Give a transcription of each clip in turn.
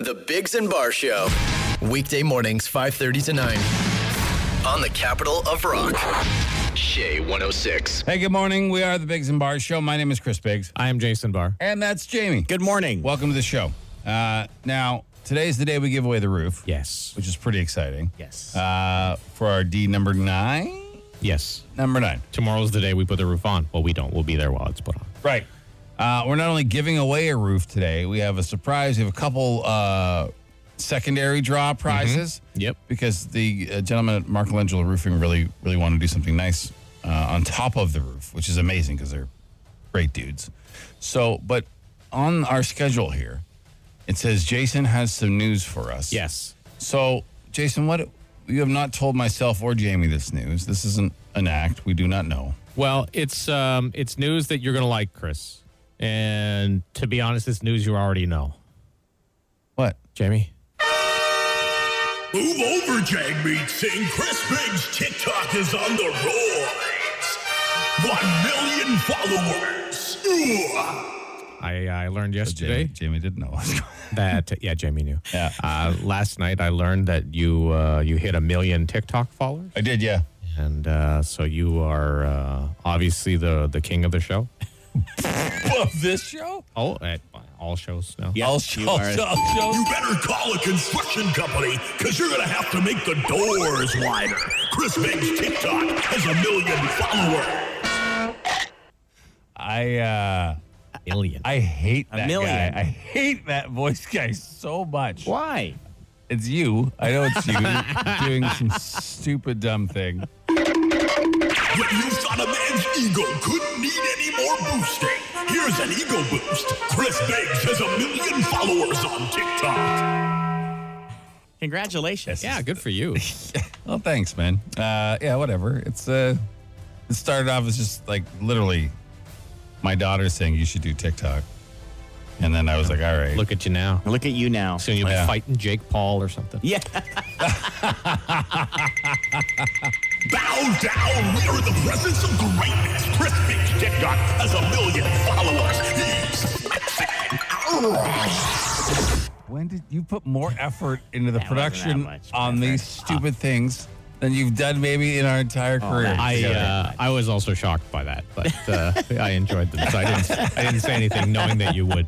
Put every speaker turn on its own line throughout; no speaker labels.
The Biggs and Bar Show. Weekday mornings, 5.30 to 9. On the capital of rock. Shea 106.
Hey, good morning. We are the Biggs and Barr Show. My name is Chris Biggs,
I am Jason Barr.
and that's Jamie.
Good morning.
Welcome to the show. Uh, now, today's the day we give away the roof,
yes.
which is pretty exciting.
Yes.
Uh, for our D number nine?
yes.
Number nine.
Tomorrow's the day we put the roof on. Well, we don't. We'll be there while it's put on.
Right. Uh, we're not only giving away a roof today, we have a surprise. We have a couple uh, secondary draw prizes.
Yep.
Because the uh, gentleman at Michelangelo Roofing really, really want to do something nice uh, on top of the roof, which is amazing because they're great dudes. So, but on our schedule here, it says Jason has some news for us.
Yes.
So, Jason, what you have not told myself or Jamie this news. This isn't an act. We do not know.
Well, it's um, it's news that you're gonna like, Chris. And to be honest, it's news you already know.
What?
Jamie.
Move over, Jagmeet Singh. Chris Biggs' TikTok is on the roars. One million followers. Ooh.
I I learned yesterday
Jamie, Jamie didn't know.
that yeah, Jamie knew.
Yeah.
Uh, last night I learned that you uh, you hit a million TikTok followers,
I did, yeah.
and uh, so you are uh, obviously the the king of the show.
Of this show?
Oh, at all shows now.
I'll show, I'll show.
You better call a construction company because you're going to have to make the doors wider. Chris Biggs' TikTok has a million followers.
I uh
million.
I hate that guy.
million.
I hate that voice guy so much.
Why?
It's you. I know it's you doing some stupid dumb thing.
When you thought a man's ego couldn't need any more boosting, here's an ego boost. Chris Biggs has a million followers on TikTok.
Congratulations.
yeah, good for you.
Well, thanks, man. Uh, yeah, whatever. It's uh, it started off as just like literally my daughter saying you should do TikTok, and then I was like, all right,
Look at you now.
Look at you now.
Soon you'll
Yeah.
be fighting Jake Paul or something.
Yeah.
Bow down. We are in the presence of greatness. Chris Big TikTok has a million followers.
when did you put more effort into the
That wasn't that
production
much
on
effort.
these stupid things than you've done maybe in our entire
Oh,
career?
I
together?
uh, I was also shocked by that, but uh, I enjoyed this. I didn't I didn't say anything knowing that you would.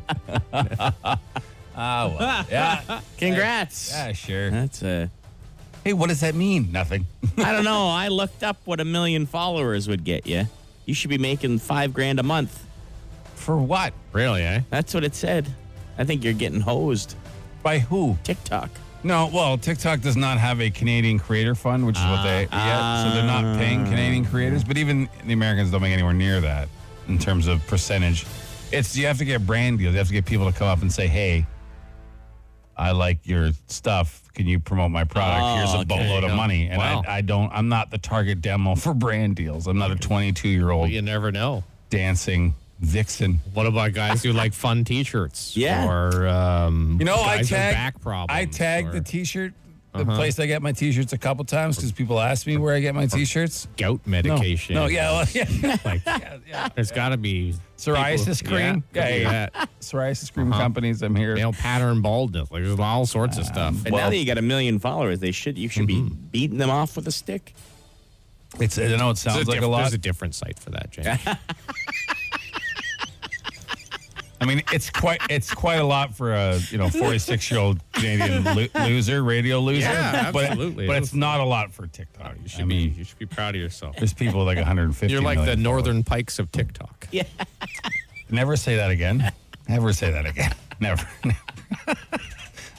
Ah, well. Yeah.
Congrats.
Yeah, sure.
That's a.
Hey, what does that mean? Nothing.
I don't know. I looked up what a million followers would get you. You should be making five grand a month.
For what?
Really, eh?
That's what it said. I think you're getting hosed.
By who?
TikTok.
No, well, TikTok does not have a Canadian Creator Fund, which is what they yeah, so they're not paying Canadian creators. But even the Americans don't make anywhere near that in terms of percentage. It's you have to get brand deals. You have to get people to come up and say, "Hey, I like your stuff. Can you promote my product?
Oh,
Here's a
okay.
boatload of money." And
Wow.
I, I don't. I'm not the target demo for brand deals. I'm not a 22 year old
You never know.
dancing vixen.
What about guys who like fun T-shirts?
Yeah.
Or um,
You know, I
guys with
tagged
back problems.
I tagged
or
the T-shirt, the place I get my T-shirts a couple times because people ask me where I get my T-shirts.
gout
No,
medication.
no, yeah, well, yeah.
Like, there's got to be
Psoriasis
people-
cream?
Yeah, could be
Yeah, yeah.
that.
psoriasis cream companies. I'm here.
male pattern baldness. Like there's all sorts of
Um,
stuff.
And now that you got a million followers, they should you should be beating them off with a stick.
It's I know it
There's
sounds like
diff-
a lot.
There's a different site for that, James.
I mean, it's quite it's quite a lot for a you know 46 year old Canadian lo- loser, radio loser.
Yeah,
but,
absolutely.
But it's not a lot for TikTok. You
should
I
be-
mean,
you should be proud of yourself.
there's people with like 150.
You're like the
million followers.
Northern Pikes of TikTok.
Yeah.
Never say that again. Never say that again. Never. Never.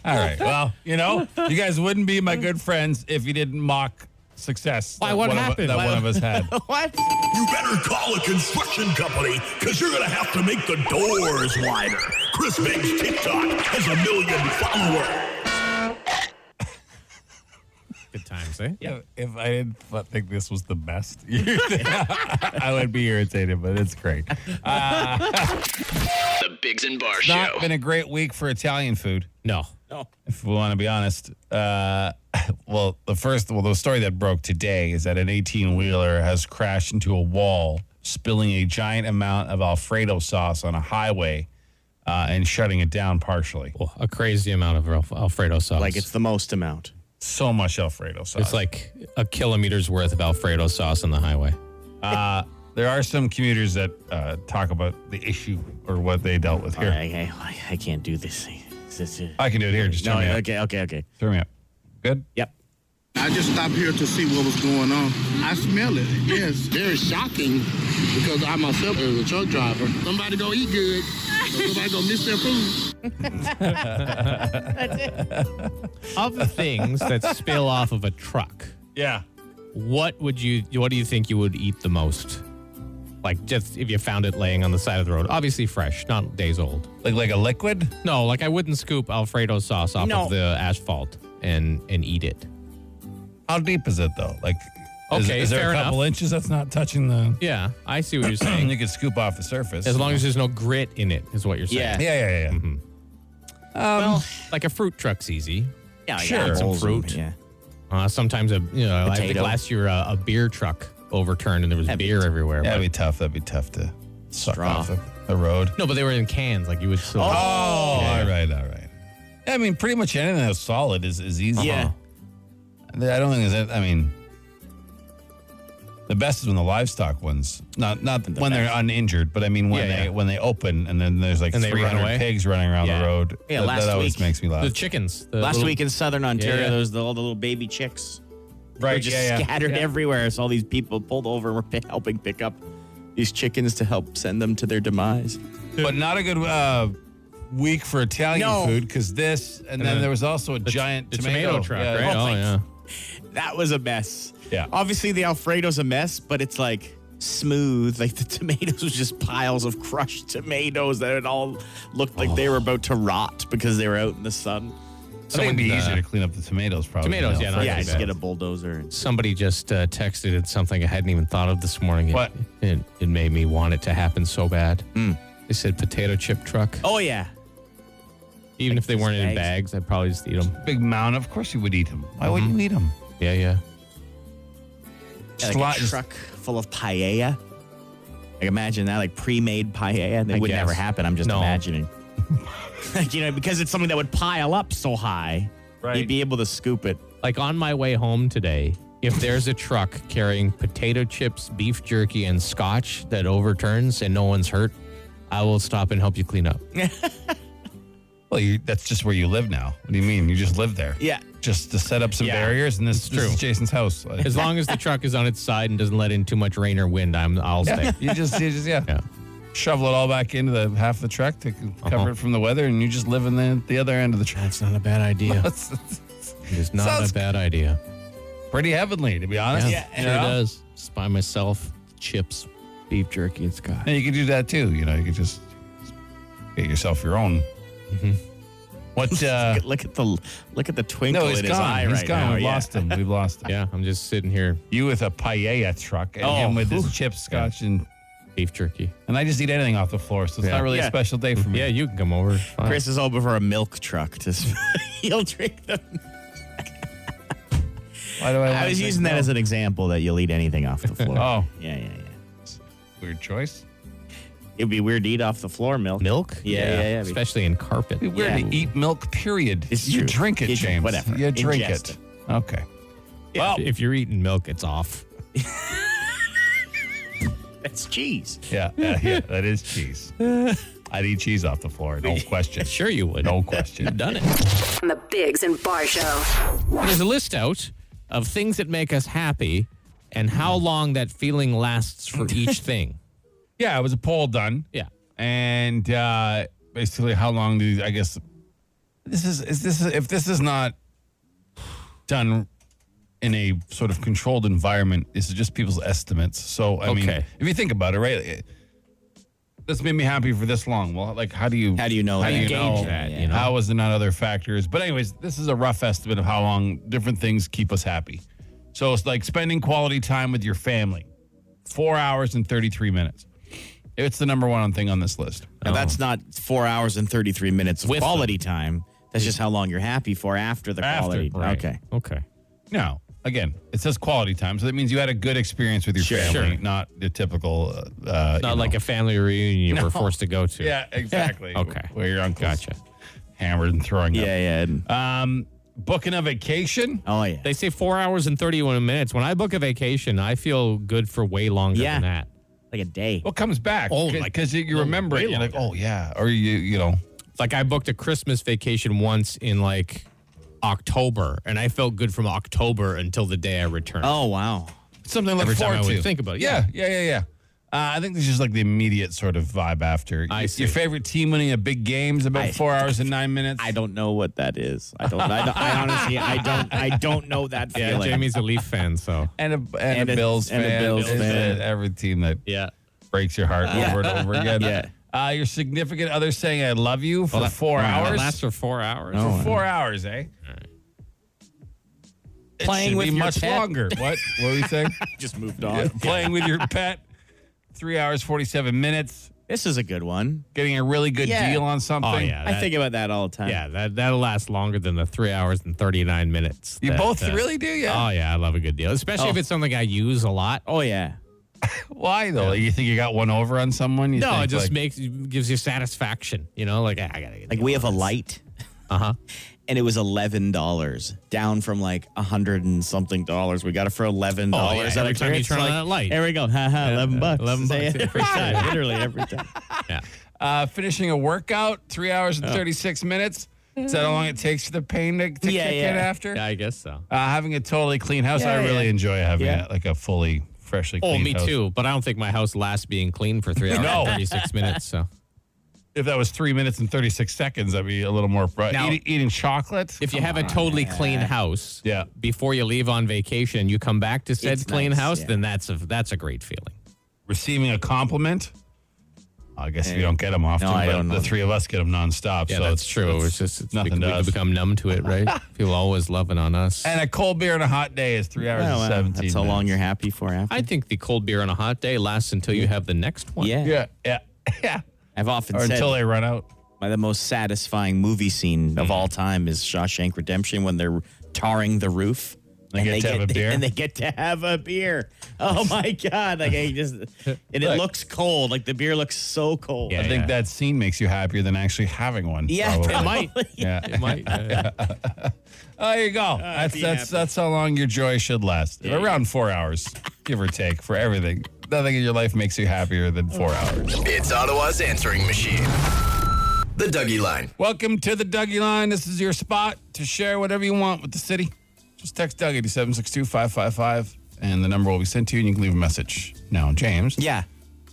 All right. Well, you know, you guys wouldn't be my good friends if you didn't mock success.
Why,
that
what
one of-
happened?
that
Why-
one of us had.
What?
You better call a construction company because you're going to have to make the doors wider. Chris Biggs' TikTok has a million followers.
Good times, eh?
If, if I didn't f- think this was the best, I would be irritated, but it's great.
The Biggs and Bar Show.
Not been a great week for Italian food,
No.
No.
if we want to be honest. Uh, well, the first, well, the story that broke today is that an 18 wheeler has crashed into a wall, spilling a giant amount of Alfredo sauce on a highway uh, and shutting it down partially.
Well, a crazy amount of Alf- Alfredo sauce.
Like it's the most amount.
So much Alfredo sauce.
it's like a kilometer's worth of Alfredo sauce on the highway.
uh, there are some commuters that uh, talk about the issue or what they dealt with here.
I, I, I can't do this. This is it.
I can do it here. Just turn
No,
me up.
okay, okay, okay.
Turn me up. Good.
Yep.
I just stopped here to see what was going on. I smell it. Yes, very shocking because I myself is a truck driver. Somebody go eat good. Somebody go miss their food.
Of the things that spill off of a truck,
Yeah.
what would you? What do you think you would eat the most? Like just if you found it laying on the side of the road, obviously fresh, not days old.
Like like a liquid.
No, like I wouldn't scoop Alfredo sauce off
No.
of the asphalt and and eat it.
How deep is it though? Like. is-
Okay,
is, there
fair
a couple inches that's not touching the?
Yeah, I see what you're saying.
you could scoop off the surface
As long as Mm-hmm. there's no grit in it, is what you're saying.
Yeah.
Yeah, yeah, yeah. yeah.
well,
Like a fruit truck's easy.
yeah, I
sure.
got
Some
holes in
fruit.
it, Yeah.
Uh, sometimes a you know, I think
Potato.
last year uh, a beer truck overturned and there was
That'd be
beer
tough.
everywhere.
That'd
but-
be tough. That'd be tough to suck
Straw.
off the, the road.
no, but they were in cans. Like you would. Still,
Oh, all right, all right. I mean, pretty much anything that's solid is, is easy.
Yeah.
I don't think there's. any- I mean, the best is when the livestock ones, not not when they're uninjured, but I mean when
Yeah,
they
yeah.
when they open and then there's like
And they run
300
away?
pigs running around
Yeah.
the road.
Yeah,
that,
last
that always
week-
makes me laugh.
the chickens. the
Last
little-
week in Southern Ontario,
Yeah.
there was the, all the little baby chicks. They were
right?
just
Yeah, yeah.
scattered everywhere. So all these people pulled over and were pi- helping pick up these chickens to help send them to their demise.
But not a good uh, week for Italian
No.
food because this, and, then,
then
there was also a
the,
giant
the
tomato,
tomato, truck,
Yeah,
right?
Oh,
Oh,
my-
yeah.
That was a mess.
Yeah.
Obviously, the Alfredo's a mess, but it's like smooth. Like the tomatoes was just piles of crushed tomatoes that it all looked like they were
Oh.
about to rot because they were out in the sun.
So it'd be
Someone, uh,
easier to clean up the tomatoes, probably.
Tomatoes,
than
yeah,
Alfredo.
not
yeah,
too
just
bad.
get a bulldozer. And,
Somebody just uh, texted it something I hadn't even thought of this morning. It-
What?
It, it made me want it to happen so bad. They said potato chip truck.
oh yeah,
Even if they
those
weren't in
bags.
bags, I'd probably just eat them.
Big mound. Of course, you would eat them. Why would
Mm-hmm.
you eat them?
Yeah, yeah.
Yeah,
Sli-
like a truck full of paella. Like imagine that, like pre-made paella, and it
I
would
guess.
never happen. I'm just
No.
imagining. like you know, because it's something that would pile up so high,
Right.
you'd be able to scoop it.
Like on my way home today, if there's a truck carrying potato chips, beef jerky, and scotch that overturns and no one's hurt, I will stop and help you clean up.
Well, you, that's just where you live now. What do you mean? You just live there?
Yeah.
Just to set up some
Yeah,
barriers, and this, this
true.
is Jason's house. Like,
As long as the truck is on its side and doesn't let in too much rain or wind, I'm I'll stay.
you just, you just, yeah.
Yeah.
Shovel it all back into the half the truck to c- cover
Uh-huh.
it from the weather, and you just live in the the other end of the truck.
That's not a bad idea.
It's,
It's not
Sounds-
a bad idea.
pretty heavenly, to be honest.
sure
you know?
does. Just by myself, chips, beef jerky, and scotch.
And you could do that too. You know, you could just get yourself your own.
Mm-hmm.
What? Uh,
look at the look at the twinkle
no, he's
in his eye
gone. He's
right
gone.
now.
We've
yeah.
lost him. We've lost him.
Yeah, I'm just sitting here,
You with a paella truck and
Oh,
him with
whew.
his chip scotch and
beef jerky.
and I just eat anything off the floor, so it's
Yeah.
not really a
Yeah.
special day for me.
Yeah, you can come over. Fine.
Chris is over for a milk truck. To sp- you'll drink the.
Why do I?
I
wanna
was
drink
using that
milk?
as an example that you'll eat anything off the floor.
Oh.
yeah, yeah, yeah.
weird choice.
It'd be weird to eat off the floor milk.
milk.
Yeah, yeah, yeah.
Especially in carpet.
It'd be weird
Yeah.
to eat milk. Period.
It's
you
true.
drink it,
You drink-
James.
whatever.
You drink
Ingest
it. Okay.
Well, if you're eating milk, it's off.
That's cheese.
Yeah, yeah, yeah, that is cheese. I'd eat cheese off the floor. No question.
Sure, you would.
No question.
Done it.
on the Bigs and Bar Show.
There's a list out of things that make us happy and how long that feeling lasts for each thing.
Yeah, it was a poll done.
Yeah.
and uh, basically how long do you, I guess this is is this if this is not done in a sort of controlled environment, this is just people's estimates. So I mean,
Okay.
if you think about it, right? it- This made me happy for this long. Well, like how do you
How do you know
how
that?
do you
Gauge
know
that,
you know?
how is it not other factors? But anyways, this is a rough estimate of how long different things keep us happy. So it's like spending quality time with your family, four hours and thirty three minutes. It's the number one thing on this list.
Now, that's not four hours and 33 minutes
Oh.
of
With
quality time. That's just how long you're happy for after the
After,
quality.
right.
Okay.
Okay.
No, again, it says quality time, so that means you had a good experience with your
Sure.
family,
Sure.
not the typical. Uh, uh,
Not
you
like
know.
a family reunion you were forced to go to.
yeah, exactly.
Okay.
where your uncle's
Gotcha.
hammered and throwing
Yeah,
up.
yeah. and-
Um, booking a vacation.
oh, yeah.
Uh, They say four hours and 31 minutes. When I book a vacation, I feel good for way longer
Yeah.
than that.
like a day.
What comes back?
Oh,
Cause,
like-
'cause you, you remember it.
way
You're like, oh yeah, or you you know.
Like I booked a Christmas vacation once in like October, and I felt good from October until the day I returned.
Oh, wow.
something to look
Every time
forward
I would
to.
think about it,
Yeah, yeah, yeah, yeah. Uh, I think this is like the immediate sort of vibe after.
I
Your-
see.
Your favorite team winning a big game's about
I-
four hours and nine minutes.
I don't know what that is. I don't. I, don't- I honestly, I don't. I don't know that
yeah,
feeling.
Jamie's a Leaf fan, so.
And a and,
And
a
a-
Bills
and a
fan.
Bills
It's, uh,
fan.
Every team that
Yeah.
breaks your heart over and over again.
Yeah.
Uh, your significant other saying "I love you" for four
It
hours.
lasts for four hours.
for four hours, eh? It
Playing
should
with
be
your
much
pet.
longer. What? What were you saying?
just moved on.
Playing with your pet. Three hours forty-seven minutes.
This is a good one.
Getting a really good
Yeah.
deal on something.
Oh, yeah.
I
that-
think about that all the time.
Yeah, that that'll last longer than the three hours and thirty nine minutes.
You
that,
both
uh,
really do, yeah.
Oh yeah, I love a good deal, especially
Oh.
if it's something I use a lot.
Oh yeah.
Why though? You think you got one over on someone? You
No,
think,
it just
like,
makes gives you satisfaction. You know, like "Ah, I gotta get
Like we have a light. Uh huh. And it was eleven dollars, down from like a hundred and something dollars. We got it for eleven
Oh, yeah,
dollars.
every time you turn on that light.
There we go. Ha ha. Eleven bucks.
11
Say
bucks,
it
yeah,
every time. Literally every time.
Yeah.
uh, finishing a workout, three hours and thirty six minutes. Is that how long it takes for the pain to, to
Yeah,
kick in
yeah.
after?
Yeah, I guess so.
Uh, having a totally clean house,
Yeah,
I really
yeah.
enjoy having
Yeah.
a, like a fully freshly.
Oh,
clean
me
house.
too. But I don't think my house lasts being clean for three hours
No.
and thirty six minutes. So
If that was three minutes and thirty six seconds, that'd be a little more. Bright.
Now-
Eat- eating chocolate.
if you have a totally clean house,
Yeah.
before you leave on vacation, you come back to said
It's
clean
nice,
house,
yeah.
then that's a that's a great feeling.
receiving a compliment. I guess we don't get them often,
No, I
but
don't
the
know.
three of us get them nonstop.
Yeah,
so
that's
it's
true.
it's
It's, just it's
nothing
we,
to
we
us.
become numb to it, right? People always loving on us.
and a cold beer on a hot day is three hours and
Well, well,
seventeen.
Oh, that's how long
minutes.
you're happy for after.
I think the cold beer on a hot day lasts until you have the next one.
yeah.
Yeah, yeah, yeah.
I've often
Or
said
until they run out.
my, the most satisfying movie scene of all time is Shawshank Redemption when they're tarring the roof.
They get to have a beer?
and they get to have a beer. Oh my god! Like I just, and it
Look.
looks cold. Like the beer looks so cold.
Yeah.
I think that scene makes you happier than actually having one.
Yeah,
probably.
it
might.
Yeah.
It might. yeah.
Oh, there you go. that's
be
that's
happy.
that's how long your joy should last. Around four hours, give or take, for everything. Nothing in your life makes you happier than four hours.
It's Ottawa's answering machine. The Dougie Line.
Welcome to the Dougie Line. This is your spot to share whatever you want with the city. Just text Dougie to 762-555, and the number will be sent to you, and you can leave a message. Now, James,
yeah.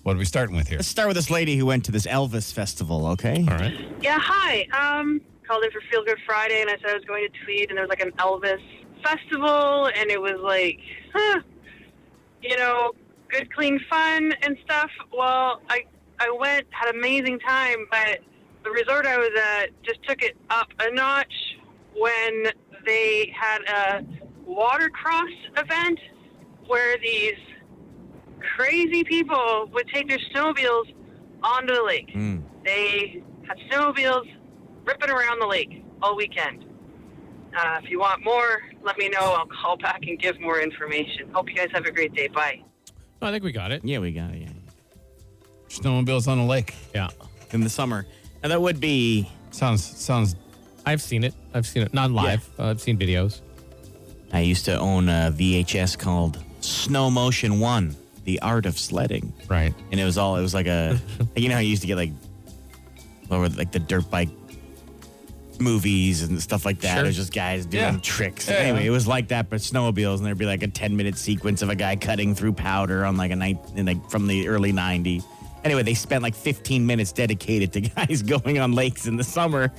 what are we starting with here?
Let's start with this lady who went to this Elvis festival. Okay.
All right.
Yeah, hi. Um, called in for Feel Good Friday, and I said I was going to tweet, and there was like an Elvis festival, and it was like, huh, you know, good, clean fun and stuff. Well, I I went, had an amazing time, but the resort I was at just took it up a notch when they had a water cross event where these crazy people would take their snowmobiles onto the lake. They had snowmobiles ripping around the lake all weekend. Uh, if you want more, let me know. I'll call back and give more information. Hope you guys have a great day. Bye.
No, I think we got it.
Yeah, we got it. Yeah.
Snowmobiles on a lake.
Yeah.
In the summer, and that would be.
Sounds sounds
I've seen it. I've seen it. Not live. Uh, I've seen videos.
I used to own a VHS called Snow Motion One: The Art of Sledding.
right.
and it was all it was like a like, you know how you used to get like what were like the dirt bike movies and stuff like that.
Sure.
It was just guys doing
Yeah.
tricks.
Yeah,
anyway,
yeah.
it was like that, but snowmobiles, and there'd be like a ten minute sequence of a guy cutting through powder on like a night in like from the early '90s. Anyway, they spent like 15 minutes dedicated to guys going on lakes in the summer.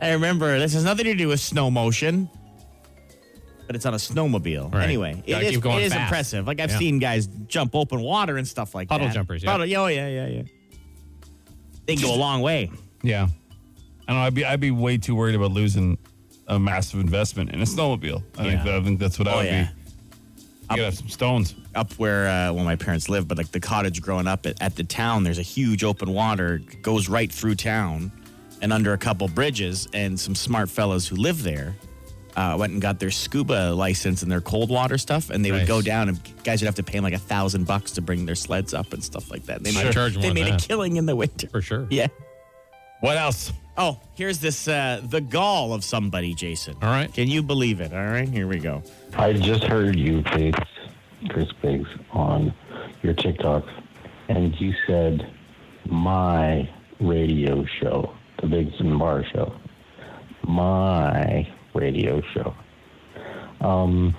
I remember this has nothing to do with snow motion, but it's on a snowmobile.
Right.
Anyway, it
Gotta
is,
keep going
it is
fast.
impressive. Like I've
Yeah.
seen guys jump open water and stuff like
Puddle
that.
jumpers, yeah.
Puddle- oh yeah, yeah, yeah. They can go a long way.
Yeah. I don't know. I'd be I'd be way too worried about losing a massive investment in a snowmobile. I think
Yeah.
that, I think that's what I
Oh,
would
yeah.
be. You gotta have some stones.
Up where uh, well, my parents live, but like the cottage growing up at, at the town, there's a huge open water goes right through town, and under a couple bridges, and some smart fellows who live there uh, went and got their scuba license and their cold water stuff, and they would
Nice.
go down and guys would have to pay them like a thousand bucks to bring their sleds up and stuff like that. And They
I'd
made,
charge more
they
than
made a
that.
killing in the winter.
for sure.
Yeah.
What else?
Oh, here's this uh, the gall of somebody, Jason.
All right.
Can you believe it? All right, here we go.
I just heard you, Biggs, Chris Biggs, on your TikTok, and you said my radio show, the Biggs and Bar Show, my radio show. Um,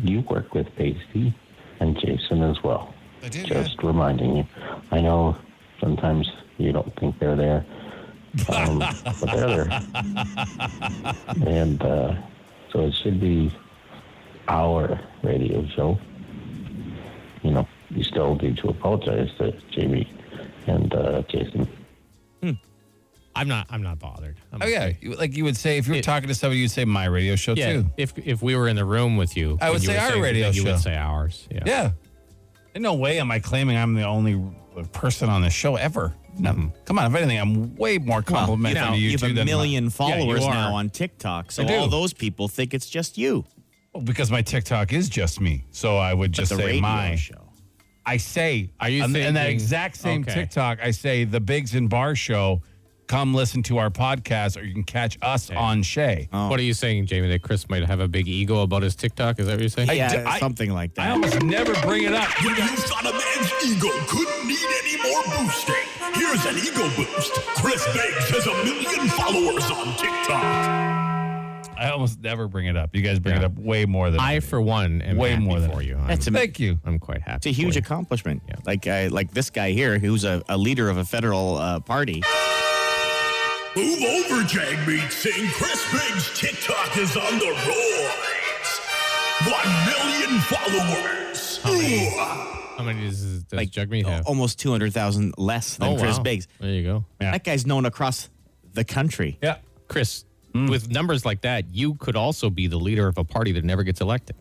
you work with Pasty and Jason as well.
I did. yeah.
Just reminding you. I know sometimes you don't think they're there, um, but they're there. And uh, so it should be our radio show. You know, you still need to apologize to Jamie and uh, Jason.
I'm not. I'm not bothered. I'm
Oh yeah,
okay.
You- like you would say if you were talking to somebody, you'd say my radio show
Yeah.
too.
If if we were in the room with you,
I would
and you
say
were
our
saying-
radio
then You
show.
would say ours. Yeah.
Yeah. In no way am I claiming I'm the only person on the show ever. No, come on. If anything, I'm way more complimentary
you, know,
to you,
you
two
have a
than my-
million
Yeah, you
followers
are.
now on TikTok, so
I do.
all those people think it's just you.
Well, because my TikTok is just me, so I would just
the
say
radio
my.
show.
I say,
Are you
on, the- in that
thinking-
exact same
okay.
TikTok? I say the Biggs and Bar Show. Come listen to our podcast, or you Oh. can catch us on Shay.
What are you saying, Jamie? That Chris might have a big ego about his TikTok? Is that what you're saying?
yeah,
d- I-
something like
I
that.
almost never bring it up.
When you thought a man's ego couldn't need any more boosting, here's an ego boost. Chris Beggs has a million followers on TikTok.
I almost never bring it up. You guys bring
Yeah.
it up way more than
I, for one, am
Way
happy
more than-
for you. I'm,
That's a-
Thank you.
I'm quite happy.
It's a
for
huge
you.
accomplishment. Like I, like this guy here, who's a, a leader of a federal uh, party.
Move over, Jagmeet Singh. Chris Beggs' TikTok is on the rise. One million followers. Ooh.
How many does, does
Like
Jugme have?
almost two hundred thousand less than
Oh,
Chris
wow.
Biggs.
There you go.
That guy's known across the country.
Yeah. Hmm.
Chris, with numbers like that, you could also be the leader of a party that never gets elected.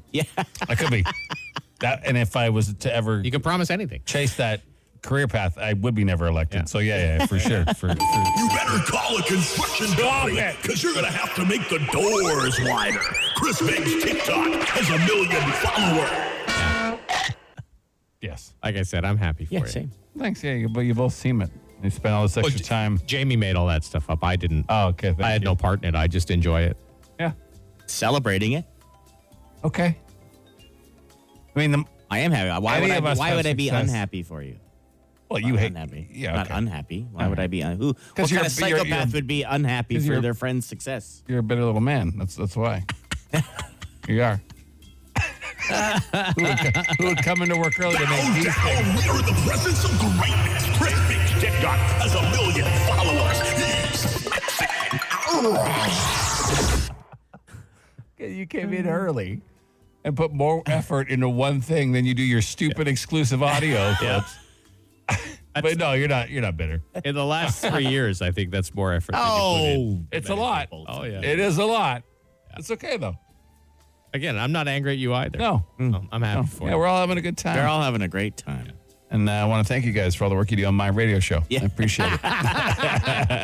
I could be. that and if I was to ever
You can promise anything.
chase that career path, I would be never elected. So yeah, yeah, for sure. For, for
You better call a construction company because you're going to have to make the doors wider. Chris Beggs' TikTok has a million followers.
yes.
Like I said, I'm happy for
Yeah,
you.
same.
Thanks. Yeah, you- but you both seem it. You spent all this extra
d-
time.
Jamie made all that stuff up. I didn't.
Oh, okay. Thank
Oh, I had
you.
no part in it. I just enjoy it.
Yeah.
Celebrating it.
Okay. I mean, the,
I am happy. Why
Any
would I?
of us
Why
have
would I be
success.
unhappy for you?
well, you
Not
hate.
unhappy.
Yeah.
Not
Okay.
unhappy. Why would I be? Un- who? What
'Cause
kind of
you're- you're-
psychopath
you're-
would be unhappy
'Cause
for
you're-
their friend's success?
You're a bitter little man. That's that's why. you are. who, would, co- who would come into work early to
Bow
make these?
down. We are in the presence of greatness. Chris Big TikTok has a million followers.
You came in early and put more effort into one thing than you do your stupid exclusive audio clips. but no, you're not. You're not bitter.
In the last three years, I think that's more effort. Oh,
It's a lot.
Oh, yeah.
It is a lot. It's okay though.
Again, I'm not angry at you either.
No.
Um, I'm happy for
Yeah,
you.
we're all having a good time.
They're all having a great time.
And uh, I want to thank you guys for all the work you do on my radio show.
Yeah.
I appreciate it.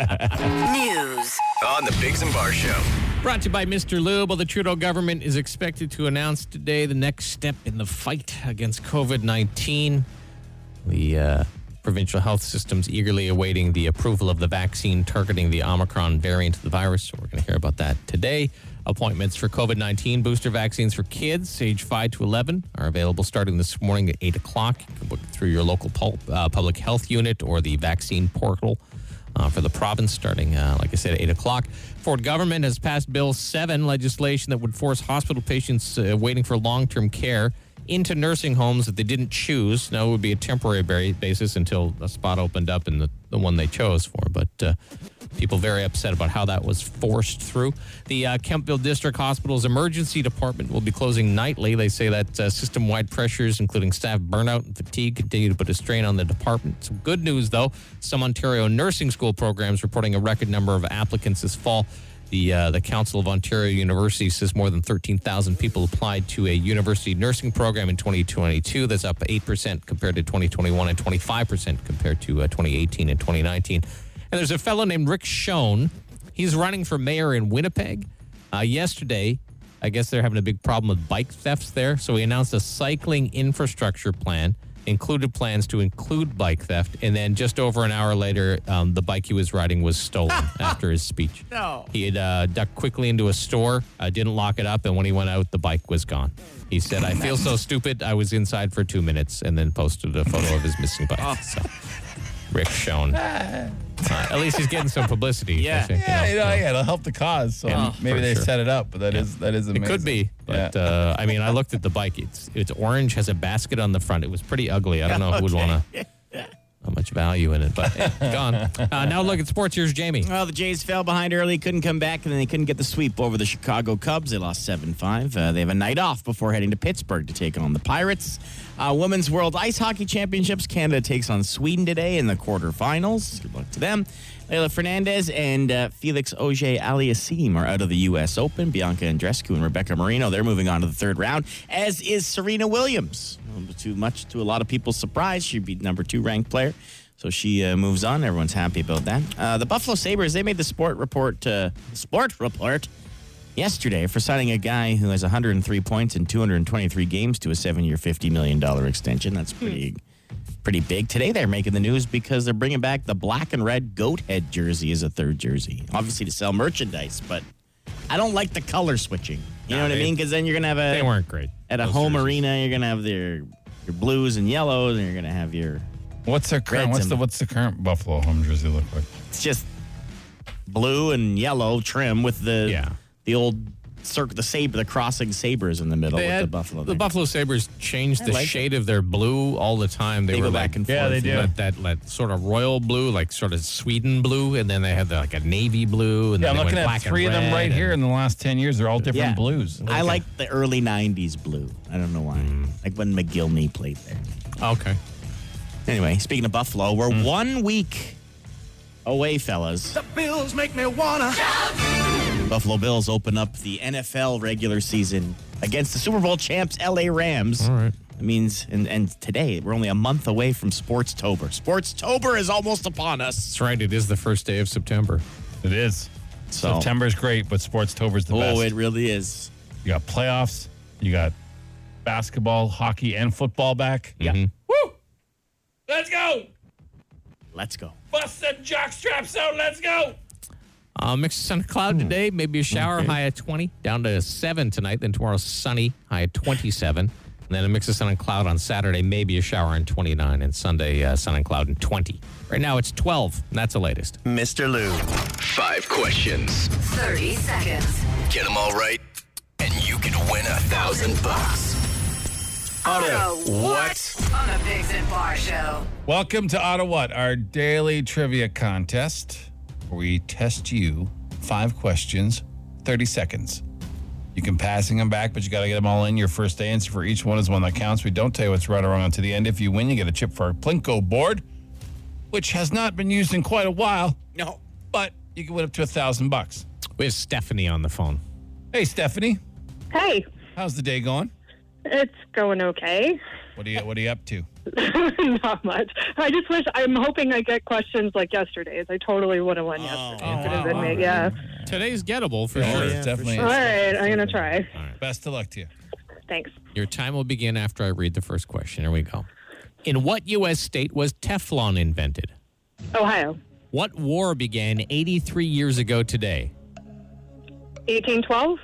News.
On the Biggs and Bar Show.
Brought to you by Mr. Lube. Well, the Trudeau government is expected to announce today the next step in the fight against COVID 19. The uh, provincial health system's eagerly awaiting the approval of the vaccine targeting the Omicron variant of the virus. So we're going to hear about that today. Appointments for COVID 19 booster vaccines for kids age 5 to 11 are available starting this morning at 8 o'clock. You can book through your local pul- uh, public health unit or the vaccine portal uh, for the province starting, uh, like I said, at 8 o'clock. Ford government has passed Bill 7 legislation that would force hospital patients uh, waiting for long term care into nursing homes that they didn't choose. Now it would be a temporary ba- basis until a spot opened up and the, the one they chose for. But uh, people very upset about how that was forced through. The uh, Kempville District Hospital's emergency department will be closing nightly. They say that uh, system wide pressures, including staff burnout and fatigue, continue to put a strain on the department. Some good news, though, some Ontario nursing school programs reporting a record number of applicants this fall. The, uh, the Council of Ontario Universities says more than 13,000 people applied to a university nursing program in 2022. That's up 8% compared to 2021 and 25% compared to uh, 2018 and 2019. And there's a fellow named Rick Schoen. He's running for mayor in Winnipeg. Uh, yesterday, I guess they're having a big problem with bike thefts there. So we announced a cycling infrastructure plan, included plans to include bike theft. And then just over an hour later, um, the bike he was riding was stolen after his speech.
No.
He had uh, ducked quickly into a store, uh, didn't lock it up, and when he went out, the bike was gone. He said, I feel so stupid. I was inside for two minutes, and then posted a photo of his missing bike.
Oh.
So, Rick Schoen. Uh, at least he's getting some publicity.
Yeah.
I think, you
Yeah,
know,
you know, yeah, it'll help the cause. So maybe
for
they
sure.
set it up, but that is that is amazing.
It could be, but
Yeah.
uh, I mean, I looked at the bike. It's it's orange, has a basket on the front. It was pretty ugly. I don't know who would want to. Not much value in it, but eh, gone. Uh, now look at sports. Here's Jamie.
Well, the Jays fell behind early, couldn't come back, and then they couldn't get the sweep over the Chicago Cubs. They lost 7 5. Uh, they have a night off before heading to Pittsburgh to take on the Pirates. Uh, Women's World Ice Hockey Championships. Canada takes on Sweden today in the quarterfinals. Good luck to them. Leila Fernandez and uh, Felix Auger Aliassim are out of the U.S. Open. Bianca Andrescu and Rebecca Marino, they're moving on to the third round, as is Serena Williams. Too much to a lot of people's surprise. She'd be number two ranked player. So she uh, moves on. Everyone's happy about that. Uh, the Buffalo Sabres, they made the sport report, uh, sport report yesterday for signing a guy who has 103 points in 223 games to a seven year, $50 million extension. That's pretty, pretty big. Today they're making the news because they're bringing back the black and red goat head jersey as a third jersey. Obviously to sell merchandise, but I don't like the color switching. You know what I mean? Because then you're going to have a
They weren't great.
at a
Those
home
jerseys.
arena, you're going to have their, your blues and yellows, and you're going to have your
what's their current?
Reds
What's the
and-
what's the current Buffalo home jersey look like?
it's just blue and yellow trim with the
Yeah.
the old circle the saber the crossing sabers in the middle
They
with
had-
the buffalo.
The
there.
Buffalo Sabres changed the
like
shade of their blue all the time. They,
They
were
go
like,
back and Yeah, forth. they do.
Like that, like sort of royal blue, like sort of Sweden blue, and then they had the, like a navy blue. And
Yeah,
then
I'm
they
looking
went
at
black and
three of them
red
right
and-
here in the last ten years. They're all different
Yeah.
blues.
I like the early '90s blue. I don't know why. Like when McGillney played there.
Okay.
Anyway, speaking of Buffalo, we're
Hmm.
one week away, fellas. The Bills make me wanna. Buffalo Bills open up the NFL regular season against the Super Bowl champs LA Rams. All
right.
That means, and, and today we're only a month away from Sportstober. Sportstober is almost upon us.
That's right. It is the first day of September.
It is.
So-
September's great, but Sportstober's the best.
Oh, it really is.
You got playoffs. You got basketball, hockey, and football back. Yeah. Woo! Let's go!
Let's go.
Bust them jock straps out. Let's go!
Uh, mixed sun and cloud today, maybe a shower, high at 20, down to 7 tonight. Then tomorrow, sunny, high at 27. And then a mix of sun and cloud on Saturday, maybe a shower in 29. And Sunday, uh, sun and cloud in 20. Right now, it's 12, and that's the latest.
Mr. Lou. Five questions.
30 seconds.
Get them all right, and you can win a thousand bucks.
Auto what? On the Bigs and Bar Show.
Welcome to Ottawa, our daily trivia contest. Where we test you five questions, 30 seconds. You can passing them back, but you got to get them all in. Your first answer for each one is one that counts. We don't tell you what's right or wrong until the end. If you win, you get a chip for our Plinko board, which has not been used in quite a while. No, but you can win up to a thousand bucks.
We have Stephanie on the phone.
Hey, Stephanie,
Hey,
how's the day going?
it's going okay.
What are you What are you up to?
Not much. I just wish. I'm hoping I get questions like yesterday's. I totally would have won yesterday. Could
Oh,
have been me. Yeah.
Today's gettable for
Oh,
sure.
it's definitely.
All right. I'm gonna try.
Best of luck to you.
Thanks.
Your time will begin after I read the first question. Here we go. In what U.S. state was Teflon invented?
Ohio,
What war began 83 years ago today?
1812.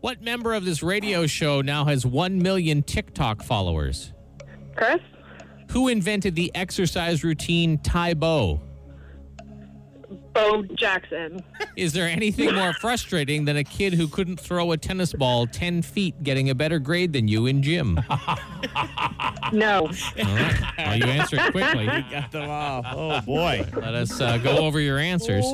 What member of this radio show now has 1 million TikTok followers?
Chris,
Who invented the exercise routine Tai Bo?
Bo Oh, Jackson.
Is there anything more frustrating than a kid who couldn't throw a tennis ball 10 feet getting a better grade than you in gym? All
No.
right. Well, you answered quickly.
Got them off. Oh, boy.
Let us uh, go over your answers.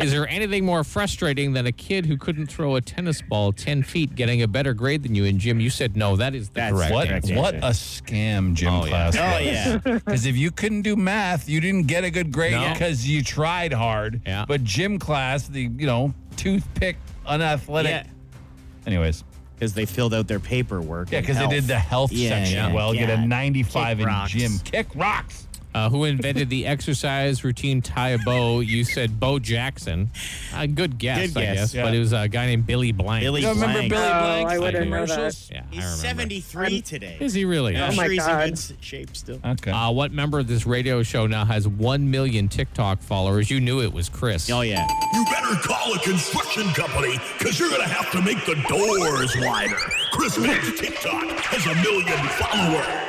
Is there anything more frustrating than a kid who couldn't throw a tennis ball 10 feet getting a better grade than you in gym? You said no. That is the
That's
correct
What
Correct
What
answer.
a scam gym
Oh, yeah.
class.
Oh, yeah.
Because if you couldn't do math, you didn't get a good grade
No.
because you tried hard.
Yeah.
But gym class, the you know toothpick, unathletic.
Yeah.
Anyways,
Because they filled out their paperwork.
yeah,
and
because they
health.
did the health
Yeah,
section
yeah.
well. Get
Yeah.
a 95
Kick
in
rocks.
gym. Kick rocks.
Uh, who invented the exercise routine tie a bow? You said Bo Jackson. A good guess,
Good
I
guess,
guess.
yeah.
But it was a guy named Billy Blank.
Billy
You don't remember
Blank.
Billy
Oh,
Blank's
I wouldn't know
commercials?
Yeah, I
He's
remember.
73 today.
Is he really?
I'm
Oh my
sure he's
God.
in good shape still.
Okay.
Uh, what member of this radio show now has 1 million TikTok followers? You knew it was Chris.
Oh, yeah.
You better call a construction company because you're going to have to make the doors wider. Chris Biggs TikTok has a million followers.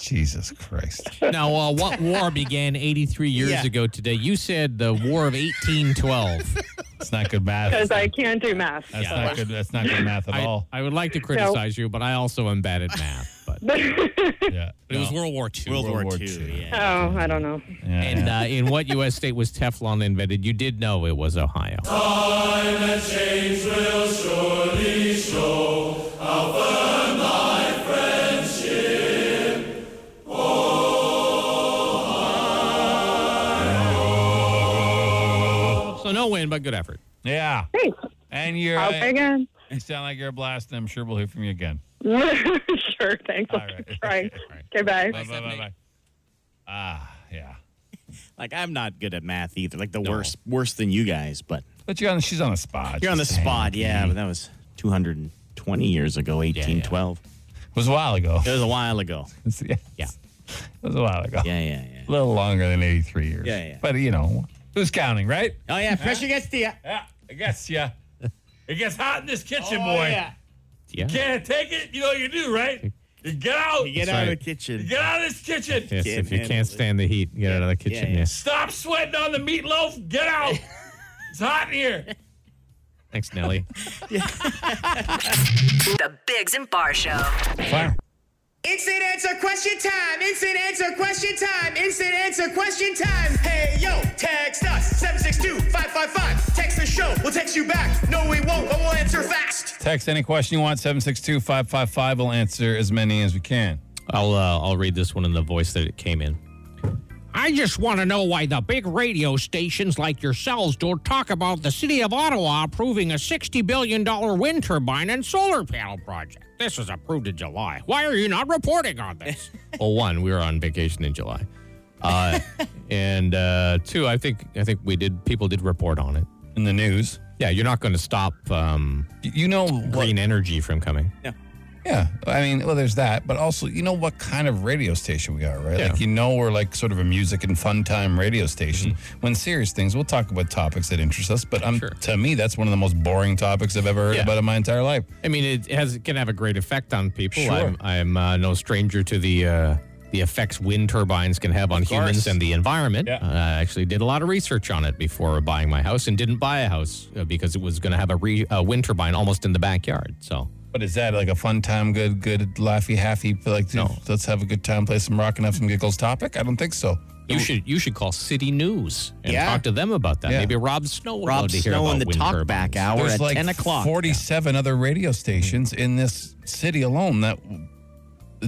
Jesus Christ.
Now, uh, what war began 83 years
Yeah.
ago today? You said the War of 1812.
It's not good math.
because I can't do math.
That's not good. That's not good math at
I,
all.
I would like to criticize you, but I also am bad at math. But, but
yeah.
it was World War II.
World, War,
War
II.
II.
Yeah.
oh, I don't know.
Yeah, yeah.
And uh, in what U.S. state was Teflon invented? You did know it was Ohio. So no win, but good effort.
yeah.
Thanks.
And you're.
I'll try again.
You sound like you're a blast, and I'm sure we'll hear from you again.
sure, thanks. I'll
All right.
keep trying.
All right.
Okay, bye.
Bye bye bye bye. Ah, yeah.
Like, I'm not good at math either. Like, the worst, worse than you guys, but
But you're on. She's on the spot.
you're on the
Just saying.
spot. Yeah, but that was 220 years ago, 1812.
It was a while ago.
It was a while ago.
It's- yeah.
Yeah.
It was a while ago.
Yeah, yeah, yeah.
A little longer than 83 years.
Yeah, yeah.
But you know, who's counting, right?
Oh, yeah. Pressure gets to you.
Yeah. I guess. Yeah. It gets hot in this kitchen,
Oh,
boy.
yeah.
Yeah.
Can't take it. You know you do, right? You get out.
You get
That's
out of
right.
the kitchen.
Get out of this kitchen.
Yes,
Can't
if you
handle
can't
it.
stand the heat, get out of the kitchen.
yeah.
Yes.
Stop sweating on the meatloaf. Get out. it's hot in here.
Thanks, Nelly.
The Bigs and Bar Show.
Fire.
Instant answer question time. Instant answer question time. Instant answer question time. Hey yo, text us 762-555. Text the show. We'll text you back. No, we won't, but we'll answer fast.
Text any question you want, 762 555. We'll answer as many as we can.
I'll uh, I'll read this one in the voice that it came in. I just want to know why the big radio stations like yourselves don't talk about the city of Ottawa approving a $60 billion wind turbine and solar panel project. This was approved in July. Why are you not reporting on this? well, one, we were on vacation in July. Uh, and uh, two, I think I think we did people did report on it.
In the news,
Yeah, you're not going to stop um,
you know what?
green energy from coming.
Yeah. I mean, well, there's that. But also, you know what kind of radio station we are, right?
Yeah.
Like, you know, we're like sort of a music and fun time radio station. When serious things, we'll talk about topics that interest us. But um,
Mm-hmm. Sure.
to me, that's one of the most boring topics I've ever heard
Yeah.
about in my entire life.
I mean, it has it can have a great effect on people.
Sure.
I'm, I'm uh, no stranger to the uh, the effects wind turbines can have on humans and the environment.
Yeah.
Uh, I actually did a lot of research on it before buying my house, and didn't buy a house uh, because it was going to have a re- uh, wind turbine almost in the backyard. So
But is that like a fun time, good, good, laughy, happy, like, let's have a good time, play some rock and have some giggles topic? I don't think so.
you should you should call City News and
Yeah.
talk to them about that.
Oh. Yeah.
Maybe Rob Snow would
Rob
love to hear
Snow
about
in the
wind
talk
turbines.
back hour
There's
at
like
10 o'clock.
47 other
Mm-hmm.
radio stations in this city alone that w-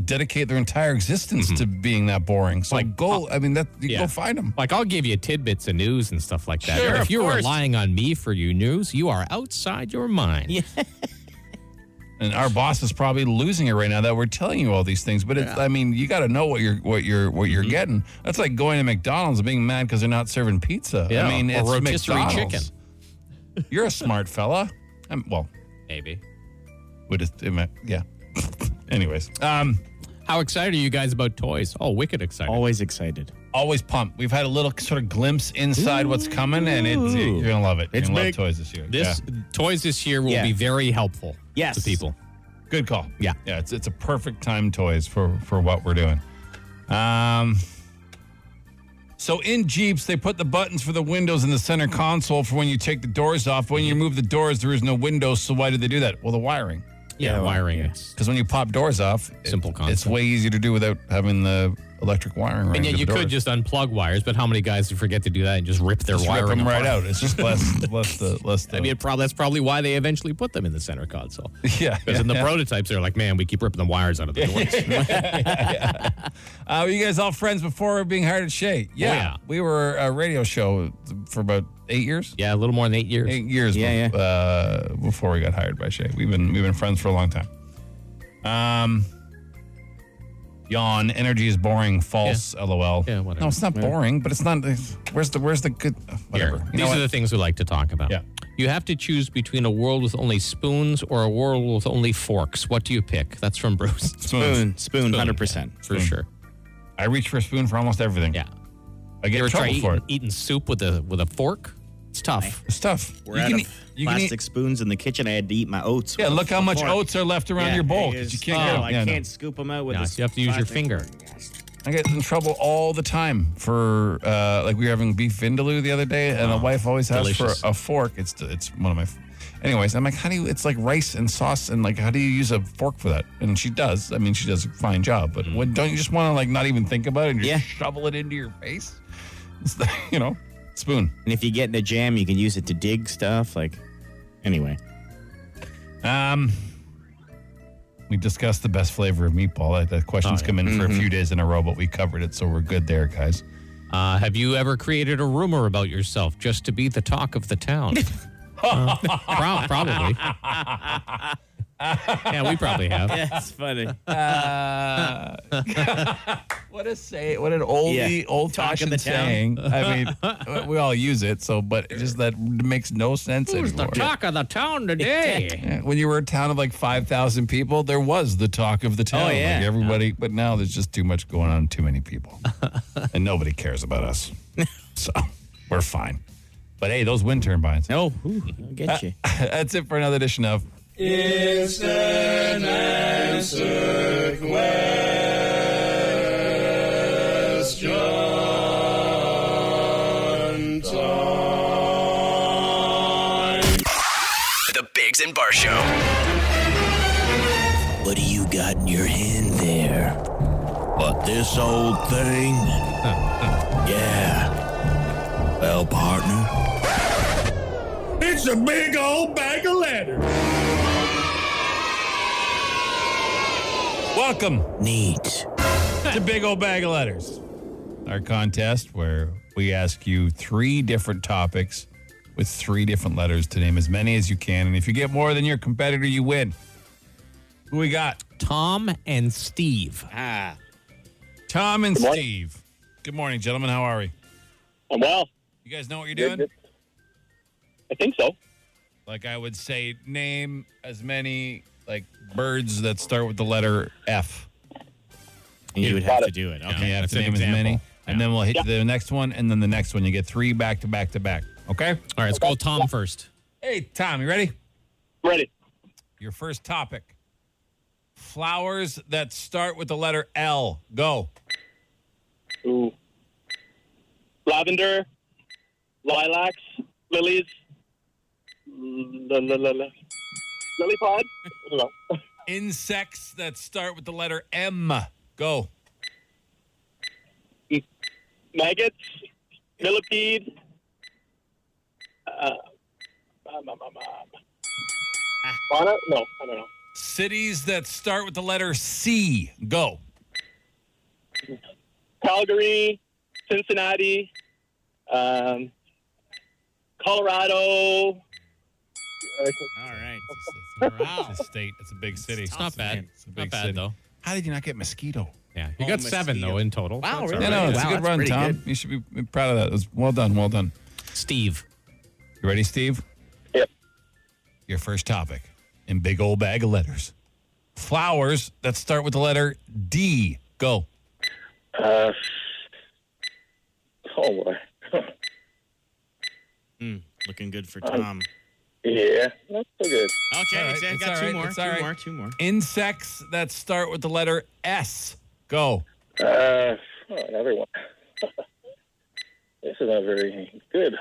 dedicate their entire existence to being that boring. So go, I mean, that you
Mm-hmm. uh, yeah.
go find them.
Like I'll give you tidbits of news and stuff like that.
Sure,
but if
of
you're
course.
relying on me for your news, you are outside your mind.
And our boss is probably losing it right now that we're telling you all these things. But it's, I mean, you got to know what you're what you're what you're
Mm-hmm.
getting. That's like going to McDonald's and being mad because they're not serving pizza.
Yeah,
I mean,
or
it's
rotisserie
McDonald's. You're a smart fella. I'm, well,
Maybe.
we just yeah. Anyways, um,
How excited are you guys about toys? Oh, wicked excited.
Always excited.
always pumped. We've had a little sort of glimpse inside what's coming, and it's, you're gonna love it. You're
It's
gonna
big.
love toys this year.
This toys this year will
Yeah.
be very helpful
Yes.
to people.
Yeah. good call.
Yeah.
yeah. It's it's a perfect time toys for for what we're doing. Um. So in Jeeps, they put the buttons for the windows in the center console for when you take the doors off. When you remove the doors, there is no windows. So why did they do that? Well, the wiring.
Yeah, wiring. It's
Because when you pop doors off, it-
Simple
It's
concept.
way easier to do without having the electric wiring. running
and yeah,
through
you
the
could
doors.
just unplug wires, but how many guys would forget to do that and just rip their
Just
wiring
rip them right
apart?
out. It's just less less the less the
I mean, it prob- that's probably why they eventually put them in the center console.
yeah.
Because in the prototypes, they're like, man, we keep ripping the wires out of the doors.
Uh, were you guys all friends before being hired at Shea?
Oh, yeah.
We were a radio show for about eight years.
yeah, a little more than eight years.
Eight years
Yeah,
bef- Uh, before we got hired by Shea. We've been we've been friends for a long time. Um Yawn. Energy is boring. False. LOL. Yeah, whatever. No, it's not
Yeah.
boring, but it's not. Where's the Where's the good? uh, Whatever.
Here,
You
these
know
are
what?
the things we like to talk about.
Yeah.
You have to choose between a world with only spoons or a world with only forks. What do you pick? That's from Bruce.
Spoon. Spoon, 100%.
For sure.
I reach for a spoon for almost everything.
Yeah.
I get in
you ever try
trouble
eating,
for it.
eating soup with a with a fork? It's tough.
It's tough.
We're
You
out
can
e-,
of
eat- you can eat-
plastic spoons in the kitchen. I had to eat my oats.
Yeah,
with a
look how much
fork.
oats are left around
Yeah,
your bowl
it
'cause you
is-
can't get
oh,
'em.
I
Yeah, no.
can't scoop them out with.
No,
a
you have to use your
plastic-
finger.
I get in trouble all the time for uh, like we were having beef vindaloo the other day, and the wife always has
delicious.
for a fork. It's it's one of my. f- Anyways, I'm like, how do you? It's like rice and sauce, and like, how do you use a fork for that? And she does. I mean, she does a fine job. But what, don't you just want to like not even think about it and just
Yeah.
shovel it into your face? It's the, you know, spoon.
And if you get in a jam, you can use it to dig stuff. Like, anyway,
Um, we discussed the best flavor of meatball. That, that question's come in for a few days in a row, but we covered it, so we're good there, guys.
Uh, have you ever created a rumor about yourself just to be the talk of the town? Uh, prob- probably. yeah, we probably have.
that's funny.
What a say! What an oldie,
Yeah.
old
Talk of
fashioned
the town.
saying. I mean, we all use it, so but it just that makes no sense
Who's the
anymore.
talk of the town today?
Yeah, When you were a town of like five thousand people, there was the talk of the town. Like,
Oh, yeah.
everybody. But now there's just too much going on, too many people, and nobody cares about us. so we're fine. But hey, those wind turbines.
No, ooh, I'll get you.
That's it for another edition of.
The Bigs and Bar Show.
What do you got in your hand there? But this old thing? yeah. Well, partner. It's a big old bag of letters.
Welcome
Neat.
to Big Old Bag of Letters, our contest where we ask you three different topics with three different letters to name as many as you can. And if you get more than your competitor, you win. Who we got?
Tom and Steve.
Ah,
Tom and Steve. Good morning, gentlemen. How are we?
I'm well.
You guys know what you're doing?
I think so.
Like I would say, name as many like birds that start with the letter F.
and you would have to do it. Okay,
And you have
that's
to
an
name as
example.
many. And then we'll hit the next one, and then the next one. You get three back to back to back. Okay?
All right, let's go Tom first.
Hey, Tom, you ready?
Ready.
Your first topic flowers that start with the letter L. Go.
Ooh. Lavender, lilacs, lilies, la, la, la, la. lily pod. I don't know.
Insects that start with the letter M. Go.
Maggots, millipede. Uh, um, um, um, um. Fauna? No, I don't know.
Cities that start with the letter C. Go.
Calgary, Cincinnati, um, Colorado.
All right.
Wow. It's a state. It's a big city.
It's not bad.
It's a
Not
big
bad,
city.
though.
How did you not get mosquito?
Yeah, you
Oh,
got seven,
mosquito.
though, in total.
Wow,
That's all
really?
No, no,
Right.
it's
Wow,
a good
that's
run,
pretty
Tom.
good.
You should be proud of that. It was well done. Well done.
Steve.
You ready, Steve?
Yep.
Your first topic in big old bag of letters. Flowers that start with the letter D. Go.
Uh, oh, boy.
Mm, looking good for Tom.
yeah, that's so good.
Okay,
all right,
Sam,
it's
got
all
two
right,
more.
it's
Two
all right.
more. Two more.
Insects that start with the letter S. Go.
Uh, oh, another one. this is not very good.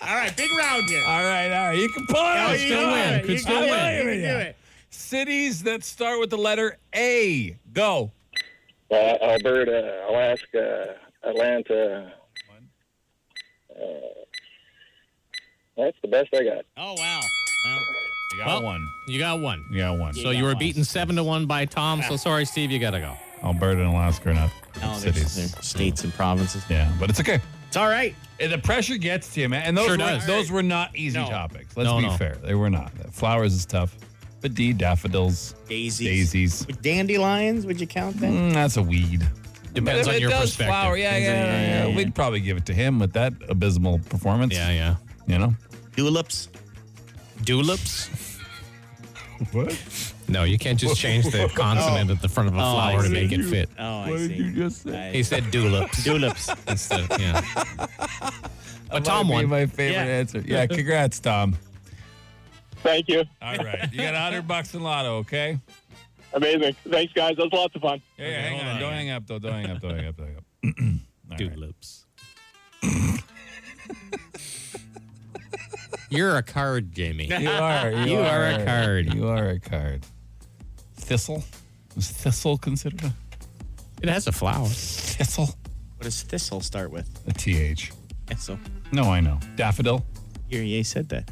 All right, big round here.
All right, all right. You can pull it out.
you got it. You got it. You can do it.
Cities that start with the letter A. Go.
Uh, Alberta, Alaska, Atlanta. Uh, that's the best I got.
Oh wow. Well,
You got
Well,
one.
You got one.
You got one.
So you were beaten seven to one by Tom. So sorry, Steve, you got to go.
Alberta and Alaska are not
no, Oh, there's,
cities.
there's states and provinces.
Yeah, but it's okay.
It's all right.
And the pressure gets to you, man. And those
Sure
were,
does.
those were not easy
No.
topics. Let's
No,
be
no.
fair. They were not. Flowers is tough. The D daffodils.
Daisies.
Daisies.
Dandelions, would you count that?
Mm, that's a weed.
Depends
But
on
it
your
does
perspective.
Flower. Yeah,
Depends
yeah,
on-
yeah,
yeah,
yeah,
yeah, yeah.
We'd probably give it to him with that abysmal performance. Yeah,
yeah.
You know?
Tulips.
Dulips?
What?
No, you can't just change the consonant at the front of a
Oh, I
flower to
see.
make it fit.
Oh, I
What
see.
did you just say?
He said dulips.
Dulips.
That's the, yeah. But
That
Tom
might be
won.
my favorite
Yeah.
answer. Yeah, congrats, Tom.
Thank you.
All right. You got 100 bucks in lotto, okay?
Amazing. Thanks, guys. That was lots of fun.
Yeah, yeah, hang on. Don't hang up, though. Don't hang up. Don't hang up. Don't hang up.
Dulips. You're a card, Jamie.
You are. You,
You are a card.
You are a card. Thistle? Is thistle considered a
It has a flower.
thistle?
What does thistle start with?
A TH.
Thistle.
No, I know. Daffodil?
Here, you said that.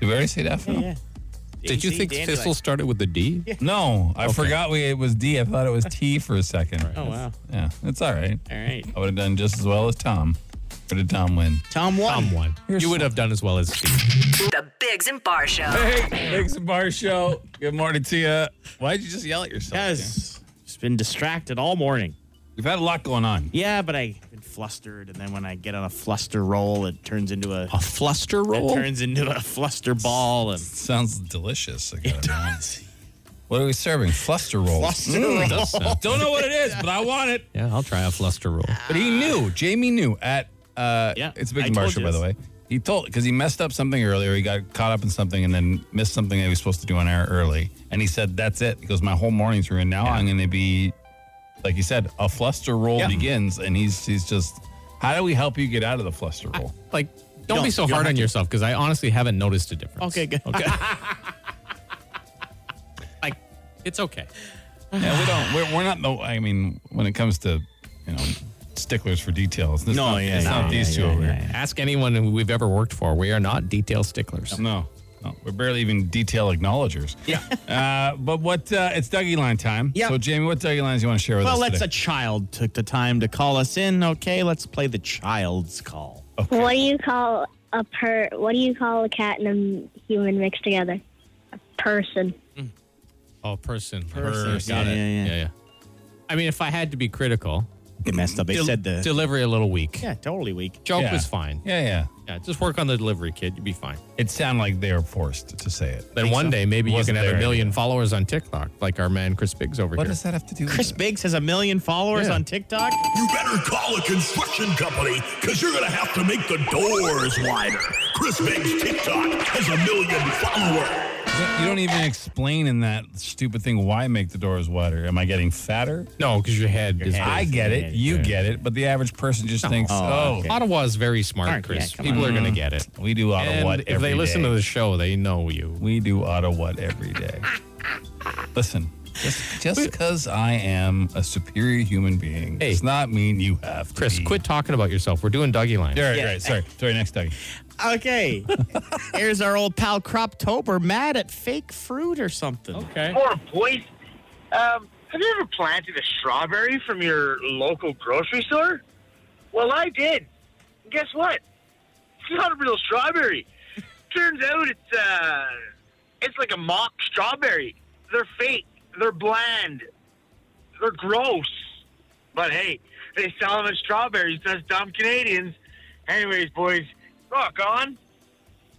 Did we already say
Yeah,
daffodil?
yeah.
Did you
Daisy,
think
dandelion.
thistle started with a D?
No, I forgot we, it was D. I thought it was T for a second.
Oh, wow.
Yeah, it's all right.
All right.
I would have done just as well as Tom. Or did Tom win?
Tom won.
Tom won. You would have done as well as Steve.
The Bigs and Bar Show.
Hey, Bigs and Bar Show. Good morning to you. Why'd you just yell at yourself?
Yes. Just been distracted all morning.
We've had a lot going on.
Yeah, but I've been flustered, and then when I get on a fluster roll, it turns into a,
A fluster
it
roll?
turns into a fluster ball and
Sounds delicious. I gotta be honest. What are we serving? Fluster rolls.
Fluster
Mm.
rolls.
Don't know what it is, but I want it.
Yeah, I'll try a fluster roll.
Ah.
But he knew. Jamie knew at uh
Yeah,
it's
I
Big
told
Marshall,
you
by the way.
this.
He told because he messed up something earlier. He got caught up in something and then missed something that he was supposed to do on air early. And he said, That's it. He goes, My whole morning's ruined. Now I'm gonna be like he said, a fluster roll begins and he's he's just how do we help you get out of the fluster roll?
Like, don't,
don't-
be so
you don't
hard
have
on
to.
yourself because I honestly haven't noticed a difference.
Okay, good.
Okay. like, it's okay.
Yeah, we don't. We're, we're not. The, I mean, when it comes to you know sticklers for details, it's
No,
not,
yeah,
it's
yeah,
not
yeah,
these
yeah,
two over
yeah,
here.
Ask anyone who we've ever worked for. We are not detail sticklers.
No, no, we're barely even detail acknowledgers.
yeah.
Uh, but what? Uh, it's Dougie line time.
Yeah.
So Jamie, what Dougie lines you want to share with
Well,
us?
let's.
today?
A child took the time to call us in. Okay, let's play the child's call.
Oh,
What do you call a per? What do you call a cat and a human mixed together? A person.
Oh, person. Her,
Person.
Got
Yeah,
it.
yeah, yeah.
I mean, if I had to be critical,
They messed up. They
del-
said the.
delivery a little weak.
yeah, totally weak.
Joke
Yeah.
was fine.
Yeah, yeah.
Yeah, just work on the delivery, kid. You'll be fine.
It sounded like they were forced to say it.
Then one day, maybe you
Wasn't
can have a
there
million followers on TikTok, like our man Chris Biggs over
What
here.
does that have to do?
Chris
with
Biggs has a million followers
Yeah.
on TikTok.
You better call a construction company because you're going to have to make the doors wider. Chris Biggs' TikTok has a million followers.
it? You don't even explain in that stupid thing why make the doors wider. Am I getting fatter?
No, because your head is.
head.
I
big.
get it. You
Yeah.
get it. But the average person just thinks,
Oh,
oh,
okay.
Ottawa is very smart,
Aren't-
Chris.
yeah, come
People
on.
are going to get it.
we do auto
Mm. And
what
if they
every
listen
day.
to the show, they know you.
We do auto what every day. Listen, just just because I am a superior human being
Hey.
does not mean you have to.
Chris,
be.
quit talking about yourself. We're doing Dougie lines.
All right,
Yeah.
right. Sorry, sorry. Next time.
Okay, here's our old pal Croptober, mad at fake fruit or something.
Oh,
Okay.
Or boys, um, have you ever planted a strawberry from your local grocery store? Well, I did. And guess what? It's not a real strawberry. Turns out it's uh, it's like a mock strawberry. They're fake. They're bland. They're gross. But hey, they sell them as strawberries to us dumb Canadians. Anyways, boys, rock on.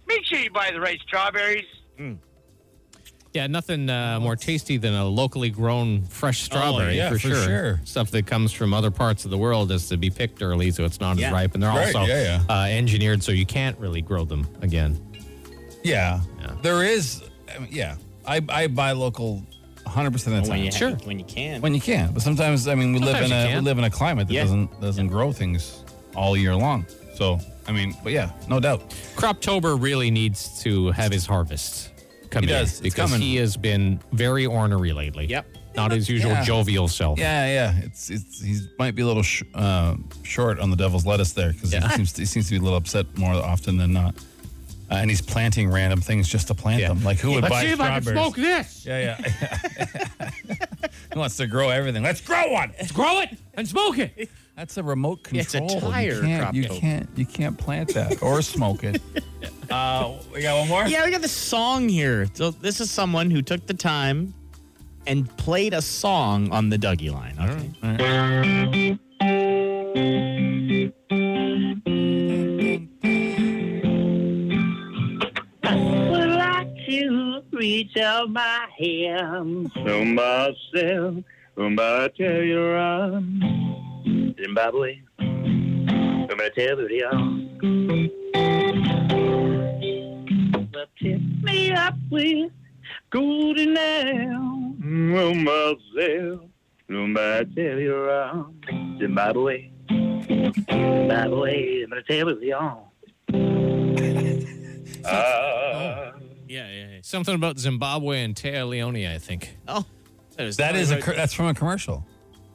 Make sure you buy the right strawberries.
Yeah, nothing uh, more tasty than a locally grown fresh strawberry
Oh, yeah,
for,
for
sure.
sure.
Stuff that comes from other parts of the world has to be picked early, so it's not
Yeah.
as ripe, and they're
Right,
also
yeah,
Uh, engineered so you can't really grow them again.
Yeah, there is. I mean, yeah, I I buy local, hundred percent of the
When
time.
you
Sure.
when you can.
When you can, but sometimes I mean we
Oh,
live
Sometimes you
in a we
can.
live in a climate that
Yeah.
doesn't doesn't grow things all year long. So I mean, but yeah, no doubt.
Croptober really needs to have his harvest come
He
in
does. It's
because
coming.
he has been very ornery lately.
Yep.
Not his usual
Yeah.
jovial self.
Yeah, yeah. It's it's he might be a little sh- uh, short on the devil's lettuce there because
Yeah.
he seems to, he seems to be a little upset more often than not. Uh, and he's planting random things just to plant
Yeah.
them. Like who would buy strawberries?
this.
Yeah, yeah. he wants to grow everything. Let's grow one. Let's grow it.
and smoke it.
That's a remote
Yeah, it's a
control.
tire
you, can't, you
crop.
can't you can't plant that or smoke it. Uh, we got one more?
Yeah, we got this song here. So this is someone who took the time and played a song on the Dougie line. Okay.
would like to reach out my hand to myself, but I tell you I'm Zimbabwe. I'm gonna tell you I'm. But tip me up with golden now, oh myself, but I tell you I'm Zimbabwe. Zimbabwe, I'm gonna tell you I'm.
yeah, yeah, yeah. Something about Zimbabwe and Teo Leone, I think.
Oh,
that is,
That is a cr- that's from a commercial.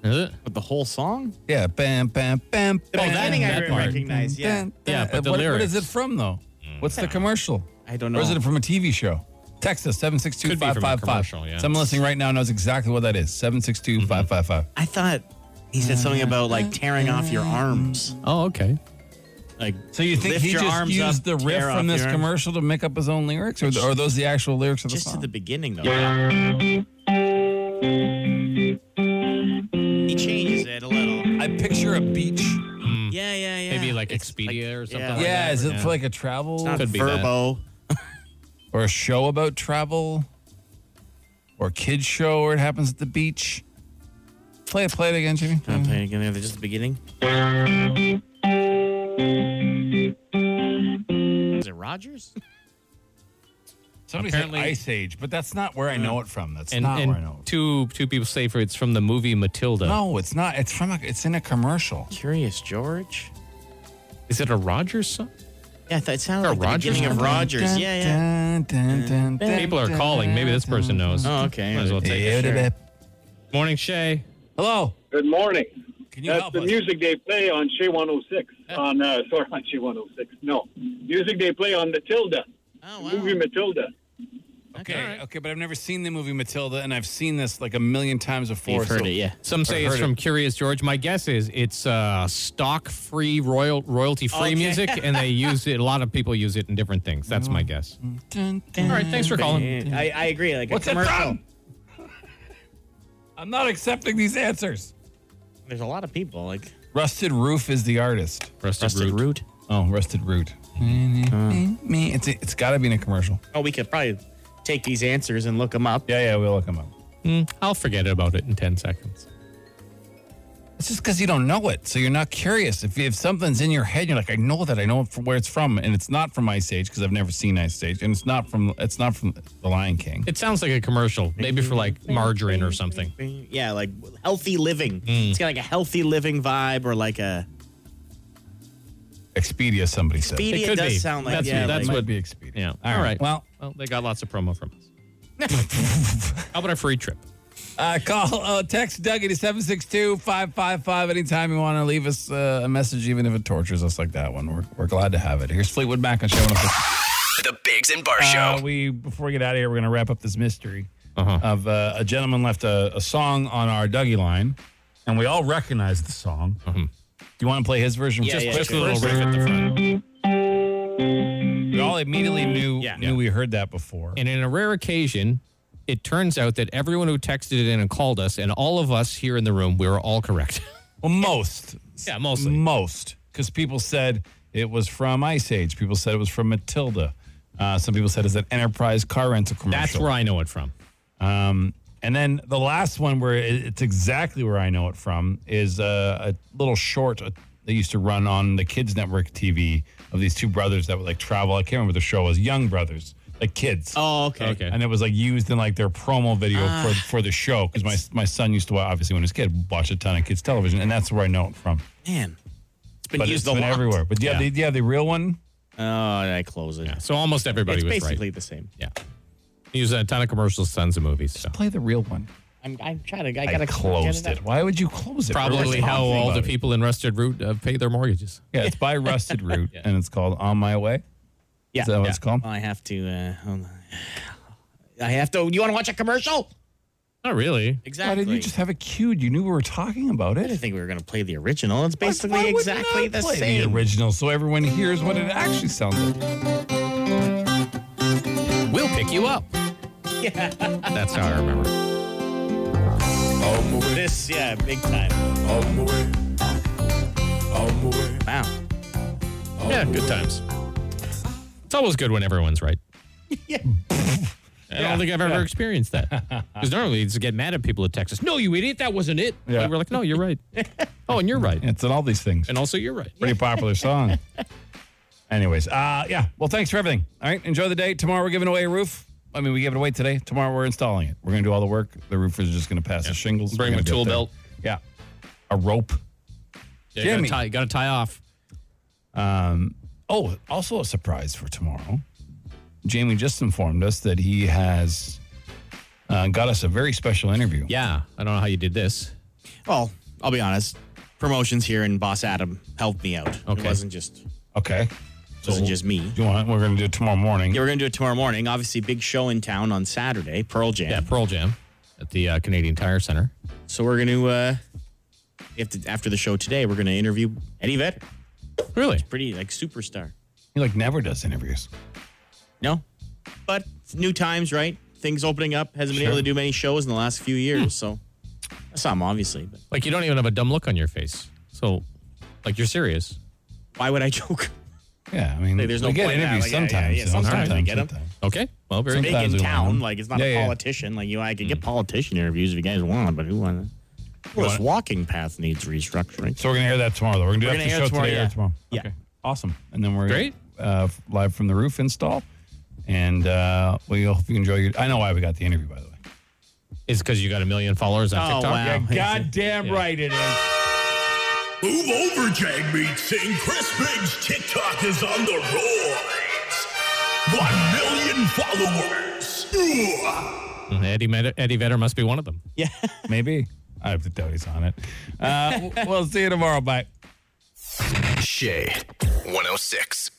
Is it?
But the whole song?
Yeah, bam, bam, bam.
The
bam,
beginning I re-
part.
recognize, yeah. Hmm.
Bam, bam.
Yeah, but the
what, what
lyrics.
is it from though? What's the commercial?
I don't
Or is
know.
it from a TV show? Text us seven six two
Could be from a
five five five.
commercial, yeah.
Someone listening right now knows exactly what that is. Seven six two five five five.
I thought he said something about like tearing off your arms.
Oh, okay.
Like
So you think
lift
he
your
just
arms
used the
up,
riff
tear
from
off
this
your arms?
commercial to make up his own lyrics, or are those the actual lyrics of the
Just
song?
to the beginning though.
He
changes it a little.
I picture a beach.
Yeah, yeah, yeah.
Maybe like Expedia or something. like
yeah,
that,
is
or-
it for like a travel
not Could be that. Verbo.
or a show about travel or a kids show where it happens at the beach? Play it, play it again, Jimmy.
I'm playing again there. Just the beginning. Is it Rogers?
Somebody
Apparently-
said Ice Age, but that's not where I know it from. That's
and
not
and
where I know. It
two two people say for it's from the movie Matilda.
from. No, it's not. It's from. A, it's in a commercial.
Curious George.
Is it a Rogers song?
Yeah, I thought it sounded
Or
like
Rogers?
the beginning of Rogers. Yeah, yeah.
People are calling. Maybe this person knows.
Oh, okay.
Might as well take it. Morning, Shay.
Hello.
Good morning.
Can you
That's
help
the
us?
music they play on Shea 106. On uh, sorry, on Shea 106. No, music they play on Matilda.
Oh,
Movie Matilda.
Okay, okay, but I've never seen the movie Matilda, and I've seen this like a million times before.
You've heard
so-
it, yeah.
Some say
Or
it's
heard
from
it.
Curious George. My guess is it's uh, stock free, royal royalty free
Okay.
music, and they use it. A lot of people use it in different things. That's
Mm-hmm.
my guess. All right, thanks for calling.
I, I agree. Like
What's
a
it
commercial.
from? I'm not accepting these answers.
There's a lot of people like
Rusted Roof is the artist.
Rusted,
Rusted
Root.
Root.
Oh, Rusted Root.
Hmm.
Me, it's it's got to be in a commercial.
Oh, we could probably take these answers and look them up.
Yeah, yeah, we'll look him up.
Mm, I'll forget about it in ten seconds.
It's just because you don't know it, so you're not curious. If, if something's in your head, you're like, I know that, I know it from where it's from, and it's not from Ice Age because I've never seen Ice Age, and it's not from it's not from The Lion King.
It sounds like a commercial, maybe for like margarine or something.
Yeah, like healthy living.
Mm.
It's got like a healthy living vibe or like a
Expedia, somebody said.
Expedia
It could
does
be.
sound like
That's-
yeah,
that's
like,
Might
what-
be Expedia.
Yeah.
All right. Well,
well, they got lots of promo from us. How about a free trip?
Uh, call, uh, text Dougie to 762 555 anytime you want to leave us uh, a message, even if it tortures us like that one. We're, we're glad to have it. Here's Fleetwood Mac on Show 106.
The Bigs and Bar
Uh,
Show.
we, before we get out of here, we're going to wrap up this mystery of uh, a gentleman left a, a song on our Dougie line, and we all recognize the song. Do you want to play his version?
Yeah,
just
yeah,
just
sure.
a little riff at the front. We all immediately knew,
Yeah.
knew we heard that before.
And in a rare occasion, it turns out that everyone who texted in and called us, and all of us here in the room, we were all correct.
Well, most.
Yeah, mostly.
Most. Because people said it was from Ice Age. People said it was from Matilda. Uh, some people said it's an Enterprise car rental commercial.
That's where I know it from.
Um, and then the last one where it- it's exactly where I know it from is uh, a little short uh, they used to run on the Kids Network TV of these two brothers that would like travel. I can't remember what the show was. Young brothers, like kids.
Oh, okay.
Okay.
And it was like used in like their promo video for for the show because my my son used to wa- obviously when he was a kid watch a ton of kids television and that's where I know it from.
Man. It's been
But
used
it's
a
been
lot.
everywhere. But yeah,
Yeah.
The, yeah, the real one.
Oh, I close it.
So almost everybody
It's
was
basically
right.
the same.
Yeah. Use a ton of commercials, tons of movies. So.
Play the real one.
I'm, I'm trying to. I
I,
gotta
closed
get
it.
up.
Why would you close it? We're
Probably how all the
about it.
people in Rusted Root uh, pay their mortgages.
Yeah, it's by Rusted Root and it's called On My Way.
Yeah.
Is that what it's called?
I have to. Uh, hold on. I have to. You want to watch a commercial?
Not really.
Why
Exactly.
didn't you just have it queued? You knew we were talking about
I didn't
it.
think we were gonna play the original. It's basically
Why would
exactly
not
the
play
same.
The original, so everyone hears what it actually sounds like.
That's how I remember.
This, yeah, big time. Wow.
Yeah,
Oh.
good times. It's always good when everyone's right. I don't think I've ever experienced that. Because normally it's get mad at people at Texas. No, you idiot, that wasn't it.
Yeah.
We were like, no, you're right. oh, and you're right.
It's in all these things.
And also, you're right.
Pretty popular song. Anyways, uh, yeah. Well, thanks for everything. All right. Enjoy the day. Tomorrow we're giving away a roof. I mean, we gave it away today. Tomorrow we're installing it. We're going to do all the work. The roofers are just going to pass the shingles.
Bring
We're
a
gonna
tool
get there.
belt.
Yeah. A rope.
Yeah, you
Jimmy.
gotta tie, you gotta tie off.
Um, oh, also a surprise for tomorrow. Jamie just informed us that he has uh, got us a very special interview.
Yeah. I don't know how you did this.
Well, I'll be honest. Promotions here and Boss Adam helped me out.
Okay.
It wasn't just
Okay.
it wasn't just me.
You want? We're going to do it tomorrow morning.
Yeah, we're gonna do it tomorrow morning. Obviously, big show in town on Saturday, Pearl Jam.
Yeah, Pearl Jam at the uh, Canadian Tire Center.
So we're gonna uh if the, after the show today, we're gonna interview Eddie Vedder.
Really?
Pretty like superstar.
He like never does interviews.
No. But it's new times, right? Things opening up. Hasn't been
Sure. Hmm.
able to do many shows in the last few years, so some obviously, but
Like, you don't even have a dumb look on your face. So, like, you're serious.
why would I joke?
Yeah, I mean,
Like, there's no
we get
point in that.
interviews
Like, yeah,
sometimes.
yeah, yeah,
though.
sometimes we get 'em.
Okay. Well, very
It's big
Sometimes
in
we want
town.
them.
Like it's not
Yeah, Mm.
a
yeah.
politician. Like you, I could get politician interviews if you guys want, but who want? Well, this walking path needs restructuring.
So we're gonna hear that tomorrow. Though we're gonna do
We're
after
gonna
the
air
show
tomorrow,
today
yeah.
or tomorrow.
Yeah.
Okay. Awesome. And then we're
Great.
uh, live from the roof install, and uh, we hope you enjoy your. I know why we got the interview by the way.
It's because you got a million followers on
Oh,
TikTok.
wow.
Yeah, goddamn right it is.
Move over, Jag Meat Sing. Chris Biggs' TikTok is on the rise. One million followers. Ooh.
Mm-hmm. Eddie, Med- Eddie Vedder must be one of them.
Maybe I have to doubt he's on it. Uh, we'll see you tomorrow. Bye.
oh Shay 106.